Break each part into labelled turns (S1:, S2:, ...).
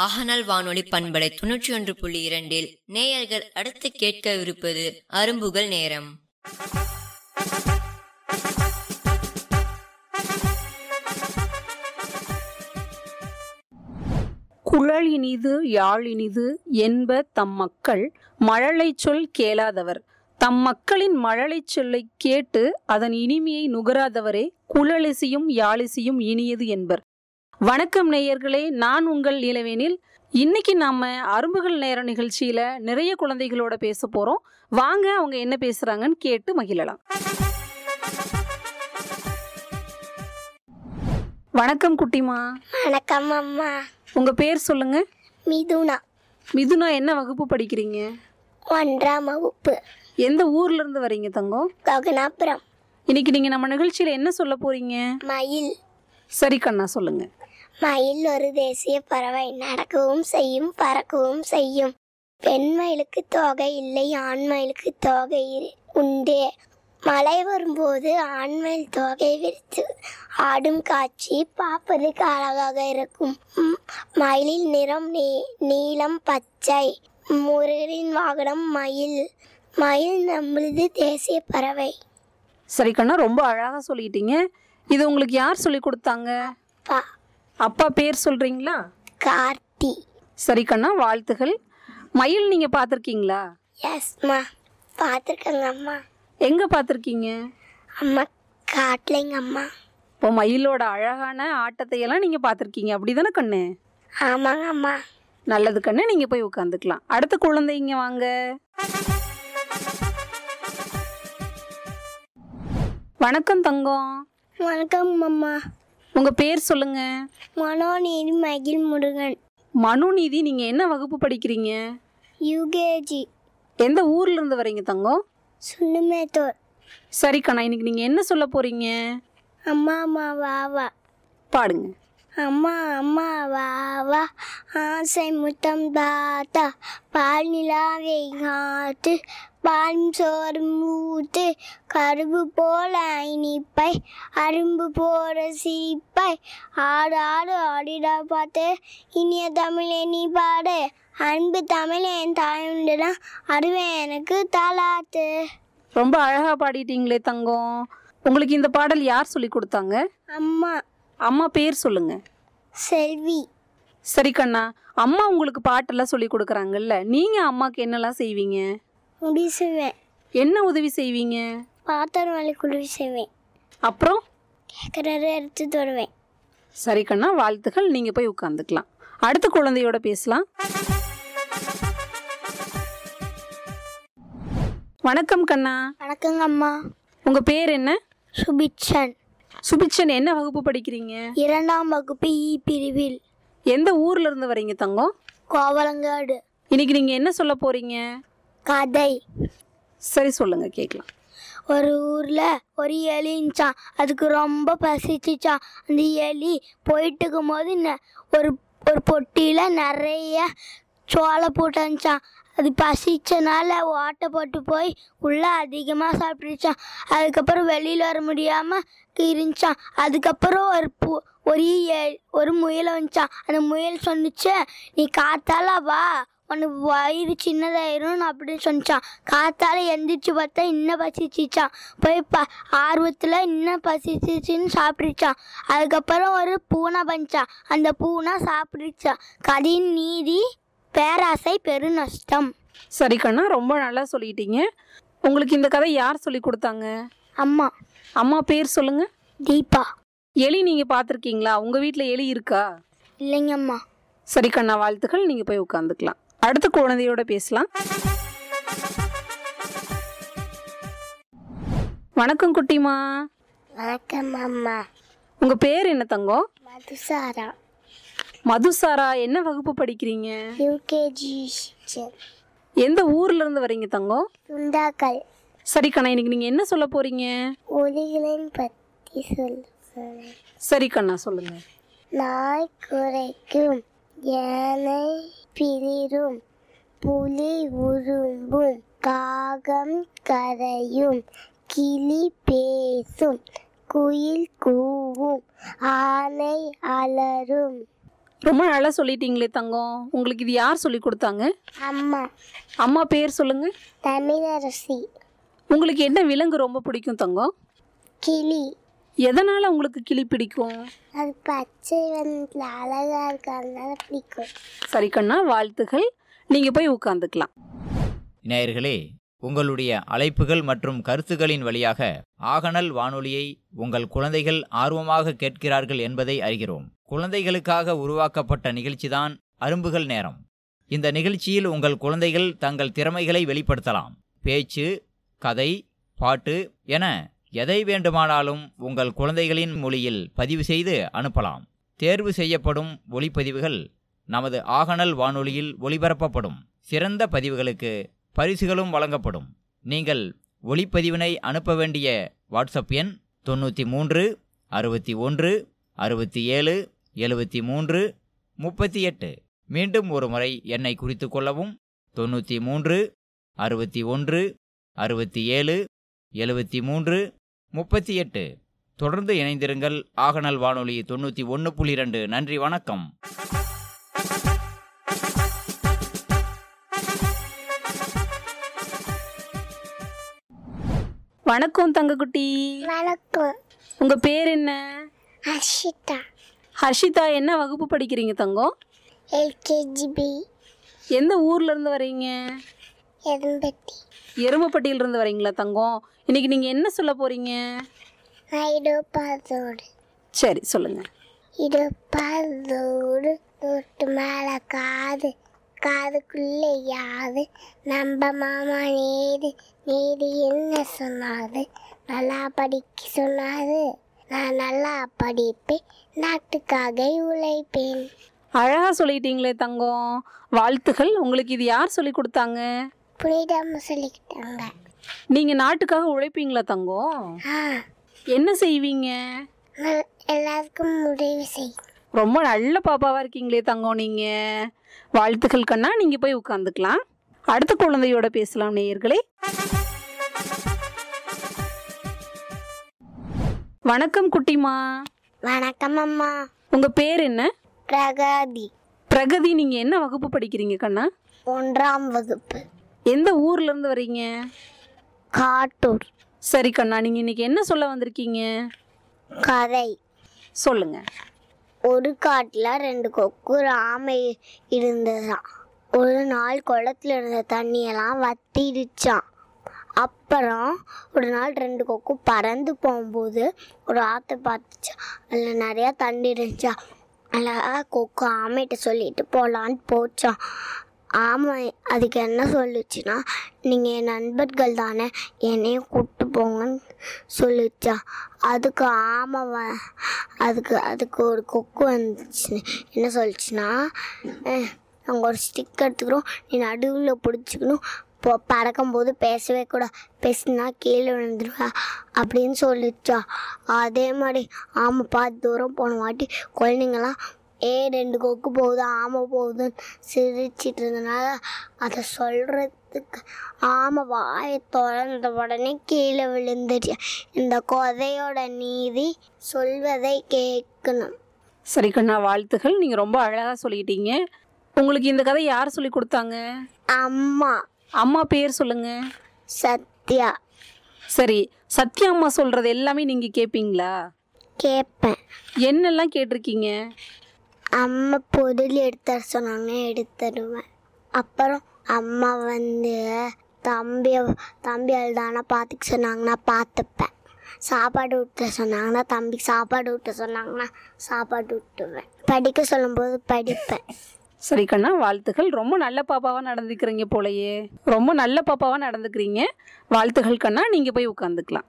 S1: ஆஹனால் வானொலி பண்பலை தொன்னூற்றி ஒன்று புள்ளி இரண்டில் நேயர்கள் அடுத்து கேட்கவிருப்பது அரும்புகள் நேரம்
S2: குழல் இனிது யாழ் இனிது என்ப தம் மக்கள் மழலைச் சொல் கேளாதவர் தம் மக்களின் மழலைச் சொல்லைக் கேட்டு அதன் இனிமையை நுகராதவரே குழலிசையும் யாழிசையும் இனியது என்பர் வணக்கம் நேயர்களே நான் உங்கள் இளவேனில் இன்னைக்கு நாம அரும்புகள் நேர நிகழ்ச்சியில நிறைய குழந்தைகளோட பேச போறோம் வாங்க அவங்க என்ன பேசுறாங்கன்னு கேட்டு மகிழலாம் வணக்கம் குட்டிமா
S3: வணக்கம் அம்மா
S2: உங்க பேர் சொல்லுங்க
S3: மிதுனா
S2: மிதுனா என்ன வகுப்பு படிக்கிறீங்க
S3: ஒன்றாம் வகுப்பு
S2: எந்த ஊர்ல இருந்து வரீங்க தங்கம்
S3: ககனாபுரம்
S2: இன்னைக்கு நீங்க நம்ம நிகழ்ச்சியில என்ன சொல்ல போறீங்க
S3: மயில்
S2: சரி கண்ணா சொல்லுங்க
S3: மயில் ஒரு தேசிய பறவை நடக்கவும் செய்யும் பறக்கவும் செய்யும் பெண் மயிலுக்கு தொகை இல்லை ஆண் மயிலுக்கு தொகை இரு- உண்டு மழை வரும்போது ஆண் மயில் தொகை விரித்து ஆடும் காட்சி பார்ப்பதற்கு அழகாக இருக்கும் ம், மயிலின் நிறம் நீ நீலம் பச்சை முருகரின் வாகனம் மயில் மயில் நம்மளது தேசிய பறவை
S2: சரி கண்ணா ரொம்ப அழகா சொல்லிட்டீங்க இது உங்களுக்கு யார் சொல்லி கொடுத்தாங்க
S3: பா
S2: அப்பா பேர் சொல்றீங்களா
S3: கார்த்தி
S2: சரி கண்ணா வாழ்த்துகள் மயில் நீங்க பார்த்திருக்கீங்களா
S3: எஸ்மா பார்த்துருக்கங்க அம்மா
S2: எங்க பார்த்திருக்கீங்க
S3: அம்மா காட்டில் எங்கள் அம்மா
S2: இப்போ மயிலோட அழகான ஆட்டத்தை எல்லாம் நீங்க பார்த்திருக்கீங்க அப்படிதானே கண்ணு
S3: ஆமாங்க அம்மா
S2: நல்லது கண்ணு நீங்க போய் உட்காந்துக்கலாம் அடுத்த குழந்தைங்க வாங்க வணக்கம் தங்கம்
S3: வணக்கம் அம்மா
S2: உங்க பேர் சொல்லுங்க
S3: மனோநீர் மகிழ் முருகன்
S2: மனுநீதி நீங்க என்ன வகுப்பு படிக்கிறீங்க
S3: யுகேஜி
S2: எந்த ஊர்ல இருந்து வரீங்க தங்கம்
S3: சுண்ணுமேத்தோர்
S2: சரி கண்ணா இன்னைக்கு நீங்க என்ன சொல்ல போறீங்க
S3: அம்மா அம்மா வா வா
S2: பாடுங்க
S3: அம்மா அம்மா வா வா ஆசை முத்தம் தாத்தா பால் நிலாவை காத்து பால் சோறு மூத்து கரும்பு போல இனிப்பை அரும்பு போற சிரிப்பை ஆடு ஆடு ஆடிடா பார்த்து இனிய தமிழே நீ பாடு அன்பு தமிழேன் தாயுண்டுனா அருவே எனக்கு தாளாத்து
S2: ரொம்ப அழகா பாடிட்டீங்களே தங்கம் உங்களுக்கு இந்த பாடல் யார் சொல்லி கொடுத்தாங்க
S3: அம்மா
S2: அம்மா பேர் சொல்லுங்க
S3: செல்வி
S2: சரி கண்ணா அம்மா உங்களுக்கு பாட்டெல்லாம் சொல்லி கொடுக்குறாங்கல்ல நீங்க அம்மாக்கு என்னெல்லாம் செய்வீங்க
S3: முடிசுவேன்
S2: என்ன உதவி செய்வீங்க
S3: பாத்திரம் வழி குழுவி செய்வேன்
S2: அப்புறம்
S3: கிணறு எடுத்து தொடுவேன்
S2: சரி கண்ணா வாழ்த்துக்கள் நீங்க போய் உட்காந்துக்கலாம் அடுத்த குழந்தையோட பேசலாம் வணக்கம் கண்ணா
S3: வணக்கங்க அம்மா
S2: உங்க பேர் என்ன
S3: சுபிக்ஷன்
S2: சுபிச்சன் என்ன வகுப்பு படிக்கிறீங்க
S3: இரண்டாம் வகுப்பு இ பிரிவில்
S2: எந்த ஊர்ல இருந்து வரீங்க தங்கம்
S3: கோவலங்காடு
S2: இன்னைக்கு நீங்க என்ன சொல்ல போறீங்க
S3: கதை
S2: சரி சொல்லுங்க கேட்கலாம்
S3: ஒரு ஊரில் ஒரு எலி இருந்துச்சான் அதுக்கு ரொம்ப பசிச்சுச்சான் அந்த எலி போயிட்டு இருக்கும்போது ந- ஒரு ஒரு பொட்டியில் நிறைய சோளை போட்டு இருந்துச்சான் அது பசிச்சனால ஓட்டை போட்டு போய் உள்ளே அதிகமாக சாப்பிட்டுச்சான் அதுக்கப்புறம் வெளியில் வர முடியாமல் இருந்துச்சான் அதுக்கப்புறம் ஒரு பூ ஒரு எ- ஒரு முயல் வந்துச்சான் அந்த முயல் சொன்னுச்சு நீ காத்தால வா உனக்கு வயிறு சின்னதாயிரும் அப்படின்னு சொன்னான் காத்தால எந்திரிச்சு பார்த்தா இன்னும் பசிச்சிச்சான் போய் ப ஆர்வத்தில் இன்னும் பசிச்சிச்சின்னு சாப்பிட்டுச்சான் அதுக்கப்புறம் ஒரு பூனை பஞ்சான் அந்த பூனை சாப்பிட்டுச்சான் கதையின் நீதி பேராசை பெருநஷ்டம்
S2: சரி கண்ணா ரொம்ப நல்லா சொல்லிட்டீங்க உங்களுக்கு இந்த கதை யார் சொல்லி கொடுத்தாங்க
S3: அம்மா
S2: அம்மா பேர் சொல்லுங்க
S3: தீபா
S2: எலி நீங்க பார்த்திருக்கீங்களா உங்க வீட்ல எலி இருக்கா
S3: இல்லைங்க அம்மா
S2: சரி கண்ணா வாழ்த்துக்கள் நீங்க போய் உட்காந்துக்கலாம் அடுத்த குழந்தையோட பேசலாம் வணக்கம் குட்டிமா
S3: வணக்கம் அம்மா
S2: உங்க பேர் என்ன தங்கம்
S3: மதுசாரா
S2: மதுசாரா என்ன வகுப்பு படிக்கிறீங்க
S3: யூகேஜி
S2: எந்த ஊர்ல இருந்து வரீங்க தங்கம்
S3: சுண்டாக்கள்
S2: சரி கண்ணா இன்னைக்கு நீங்க என்ன சொல்ல போறீங்க
S3: ஒலிகளின் பற்றி சொல்லுங்கள்
S2: சரி கண்ணா சொல்லுங்க
S3: நாய் குறைக்கும் யானை பிளிரும் புலி உரும்பும் காகம் கரையும் கிளி பேசும் குயில் கூவும் ஆனை அலரும்
S2: ரொம்ப நல்லா சொல்லிட்டீங்களே தங்கம் உங்களுக்கு இது யார் சொல்லி கொடுத்தாங்க
S4: அம்மா
S2: அம்மா பேர் சொல்லுங்க
S4: தமிழரசி
S2: உங்களுக்கு என்ன விலங்கு ரொம்ப பிடிக்கும் தங்கம்
S4: கிளி
S2: எதனால உங்களுக்கு கிளி பிடிக்கும்
S4: அது பச்சை வந்து அழகாக இருக்கிறதுனால பிடிக்கும்
S2: சரி கண்ணா வாழ்த்துகள் நீங்க போய் உட்காந்துக்கலாம்
S5: நேயர்களே உங்களுடைய அழைப்புகள் மற்றும் கருத்துக்களின் வழியாக ஆகனல் வானொலியை உங்கள் குழந்தைகள் ஆர்வமாக கேட்கிறார்கள் என்பதை அறிகிறோம் குழந்தைகளுக்காக உருவாக்கப்பட்ட நிகழ்ச்சிதான் அரும்புகள் நேரம் இந்த நிகழ்ச்சியில் உங்கள் குழந்தைகள் தங்கள் திறமைகளை வெளிப்படுத்தலாம் பேச்சு கதை பாட்டு என எதை வேண்டுமானாலும் உங்கள் குழந்தைகளின் மொழியில் பதிவு செய்து அனுப்பலாம் தேர்வு செய்யப்படும் ஒளிப்பதிவுகள் நமது ஆகனல் வானொலியில் ஒளிபரப்பப்படும் சிறந்த பதிவுகளுக்கு பரிசுகளும் வழங்கப்படும் நீங்கள் ஒளிப்பதிவினை அனுப்ப வேண்டிய வாட்ஸ்அப் எண் தொண்ணூற்றி மூன்று அறுபத்தி ஒன்று அறுபத்தி ஏழு எழுபத்தி மூன்று முப்பத்தி எட்டு மீண்டும் ஒரு முறை எண்ணை குறித்து கொள்ளவும் தொண்ணூற்றி மூன்று அறுபத்தி ஒன்று அறுபத்தி ஏழு எழுபத்தி மூன்று முப்பத்தி எட்டு தொடர்ந்து இணைந்திருங்கள் ஆகநல் வானொலி தொண்ணூற்றி ஒன்று புள்ளி ரெண்டு நன்றி வணக்கம்
S2: வணக்கம் தங்கக்குட்டி
S4: வணக்கம்
S2: உங்க பேர் என்ன
S4: அஷிதா
S2: ஹர்ஷிதா என்ன வகுப்பு படிக்கிறீங்க தங்கம்
S4: எல்கேஜிபி
S2: எந்த ஊர்ல இருந்து வரீங்க
S4: எண்பத்தி
S2: எருமப்பட்டியிலிருந்து வரீங்களா தங்கம் இன்னைக்கு நீங்கள் என்ன சொல்ல போகிறீங்க
S4: ஐடோபாதோடு
S2: சரி சொல்லுங்கள்
S4: இடுப்பாதோடு தொட்டு மேலே காது காதுக்குள்ளே யாது நம்ம மாமா நேரு நேரு என்ன சொன்னாரு நல்லா படிக்க சொன்னாரு நான் நல்லா படிப்பேன் நாட்டுக்காக உழைப்பேன்
S2: அழகாக சொல்லிட்டீங்களே தங்கம் வாழ்த்துகள் உங்களுக்கு இது யார் சொல்லி கொடுத்தாங்க
S4: புனிதம் சொல்லிக்கிட்டாங்க
S2: நீங்கள் நாட்டுக்காக உழைப்பீங்களா தங்கம்
S4: ஆ
S2: என்ன செய்வீங்க
S4: நான் எல்லாருக்கும் உதவி செய்யும்
S2: ரொம்ப நல்ல பாப்பாவாக இருக்கீங்களே தங்கம் நீங்கள் வாழ்த்துக்கள் கண்ணா நீங்கள் போய் உட்காந்துக்கலாம் அடுத்த குழந்தையோட பேசலாம் நேயர்களே வணக்கம் குட்டிமா
S4: வணக்கம் அம்மா
S2: உங்கள் பேர் என்ன
S4: பிரகாதி
S2: பிரகதி நீங்க என்ன வகுப்பு படிக்கிறீங்க கண்ணா
S4: ஒன்றாம் வகுப்பு
S2: எந்த ஊர்ல இருந்து வரீங்க
S4: காட்டூர்
S2: சரி கண்ணா நீங்க இன்னைக்கு என்ன சொல்ல வந்திருக்கீங்க
S4: கதை
S2: சொல்லுங்க
S4: ஒரு காட்டில் ரெண்டு கொக்கு ராமை இருந்ததாம் ஒரு நாள் குளத்துல இருந்த தண்ணியெல்லாம் வத்திடுச்சான் அப்புறம் ஒரு நாள் ரெண்டு கொக்கு பறந்து போகும்போது ஒரு ஆற்றை பார்த்துச்சா அதில் நிறையா தண்ணி இருந்துச்சா அழகா கொக்கு ஆமைகிட்ட சொல்லிட்டு போகலான்னு போச்சான் ஆமை அதுக்கு என்ன சொல்லுச்சுன்னா நீங்கள் என் நண்பர்கள் தானே என்னையும் கூப்பிட்டு போங்கன்னு சொல்லுச்சா அதுக்கு ஆமை வ- அதுக்கு அதுக்கு ஒரு கொக்கு வந்துச்சு என்ன சொல்லுச்சுன்னா "அஹ், நாங்கள் ஒரு ஸ்டிக் எடுத்துக்கிறோம் நீ நடுவில் பிடிச்சிக்கணும் இப்போ பறக்கும்போது பேசவே கூட பேசினா கீழே விழுந்துருவா அப்படின்னு சொல்லிச்சா அதே மாதிரி ஆமாம் பார்த்து தூரம் போன வாட்டி குழந்தைங்களாம் ஏ ரெண்டு கொக்கு போகுது ஆமை போகுதுன்னு சிரிச்சிட்டு இருந்தனால அதை சொல்கிறதுக்கு ஆமை வாயை திறந்த உடனே கீழே விழுந்துச்சு இந்த கொதையோட நீதி சொல்வதை கேட்கணும்
S2: சரி கண்ணா வாழ்த்துகள் நீங்க ரொம்ப அழகா சொல்லிட்டீங்க உங்களுக்கு இந்த கதை யார் சொல்லி கொடுத்தாங்க
S4: அம்மா
S2: அம்மா பேர் சொல்லுங்க
S4: சத்யா
S2: சரி சத்யா அம்மா சொல்றது எல்லாமே நீங்க கேட்பீங்களா
S4: கேட்பேன்
S2: என்னெல்லாம் கேட்டிருக்கீங்க
S4: அம்மா பொருள் எடுத்து வர சொன்னாங்க எடுத்து தருவேன் அப்புறம் அம்மா வந்து தம்பி தம்பி அழுதானா பார்த்துக்க சொன்னாங்கன்னா பார்த்துப்பேன் சாப்பாடு ஊட்ட சொன்னாங்கன்னா தம்பிக்கு சாப்பாடு ஊட்ட சொன்னாங்கன்னா சாப்பாடு ஊட்டுவேன் படிக்க சொல்லும்போது படிப்பேன்
S2: சரி கண்ணா வாழ்த்துகள் ரொம்ப நல்ல பாப்பாவா நடந்துக்கிறீங்க போலயே ரொம்ப நல்ல பாப்பாவா நடந்துக்கிறீங்க வாழ்த்துகள் கண்ணா நீங்க போய் உட்காந்துக்கலாம்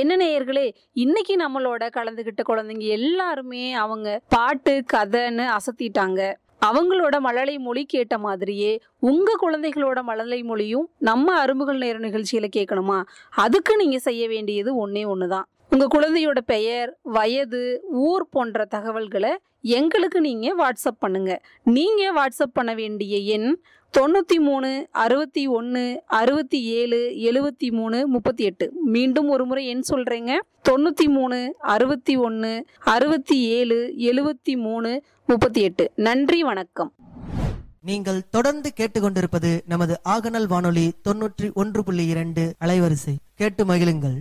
S2: என்ன நேயர்களே இன்னைக்கு நம்மளோட கலந்துகிட்ட குழந்தைங்க எல்லாருமே அவங்க பாட்டு கதைன்னு அசத்திட்டாங்க அவங்களோட மழலை மொழி கேட்ட மாதிரியே உங்க குழந்தைகளோட மழலை மொழியும் நம்ம அரும்புகள் நேர நிகழ்ச்சியில கேட்கணுமா அதுக்கு நீங்க செய்ய வேண்டியது ஒண்ணே ஒண்ணுதான் உங்க குழந்தையோட பெயர் வயது ஊர் போன்ற தகவல்களை எங்களுக்கு நீங்க வாட்ஸ்அப் பண்ணுங்க நீங்க வாட்ஸ்அப் பண்ண வேண்டிய எண் தொண்ணூற்றி மூணு அறுபத்தி ஒன்று அறுபத்தி ஏழு எழுபத்தி மூணு முப்பத்தி எட்டு மீண்டும் ஒரு முறை எண் சொல்கிறேங்க தொண்ணூற்றி மூணு அறுபத்தி ஒன்று அறுபத்தி ஏழு எழுபத்தி மூணு முப்பத்தி எட்டு நன்றி வணக்கம்
S6: நீங்கள் தொடர்ந்து கேட்டுக்கொண்டிருப்பது நமது ஆகனல் வானொலி தொன்னூற்றி ஒன்று புள்ளி இரண்டு அலைவரிசை கேட்டு மகிழுங்கள்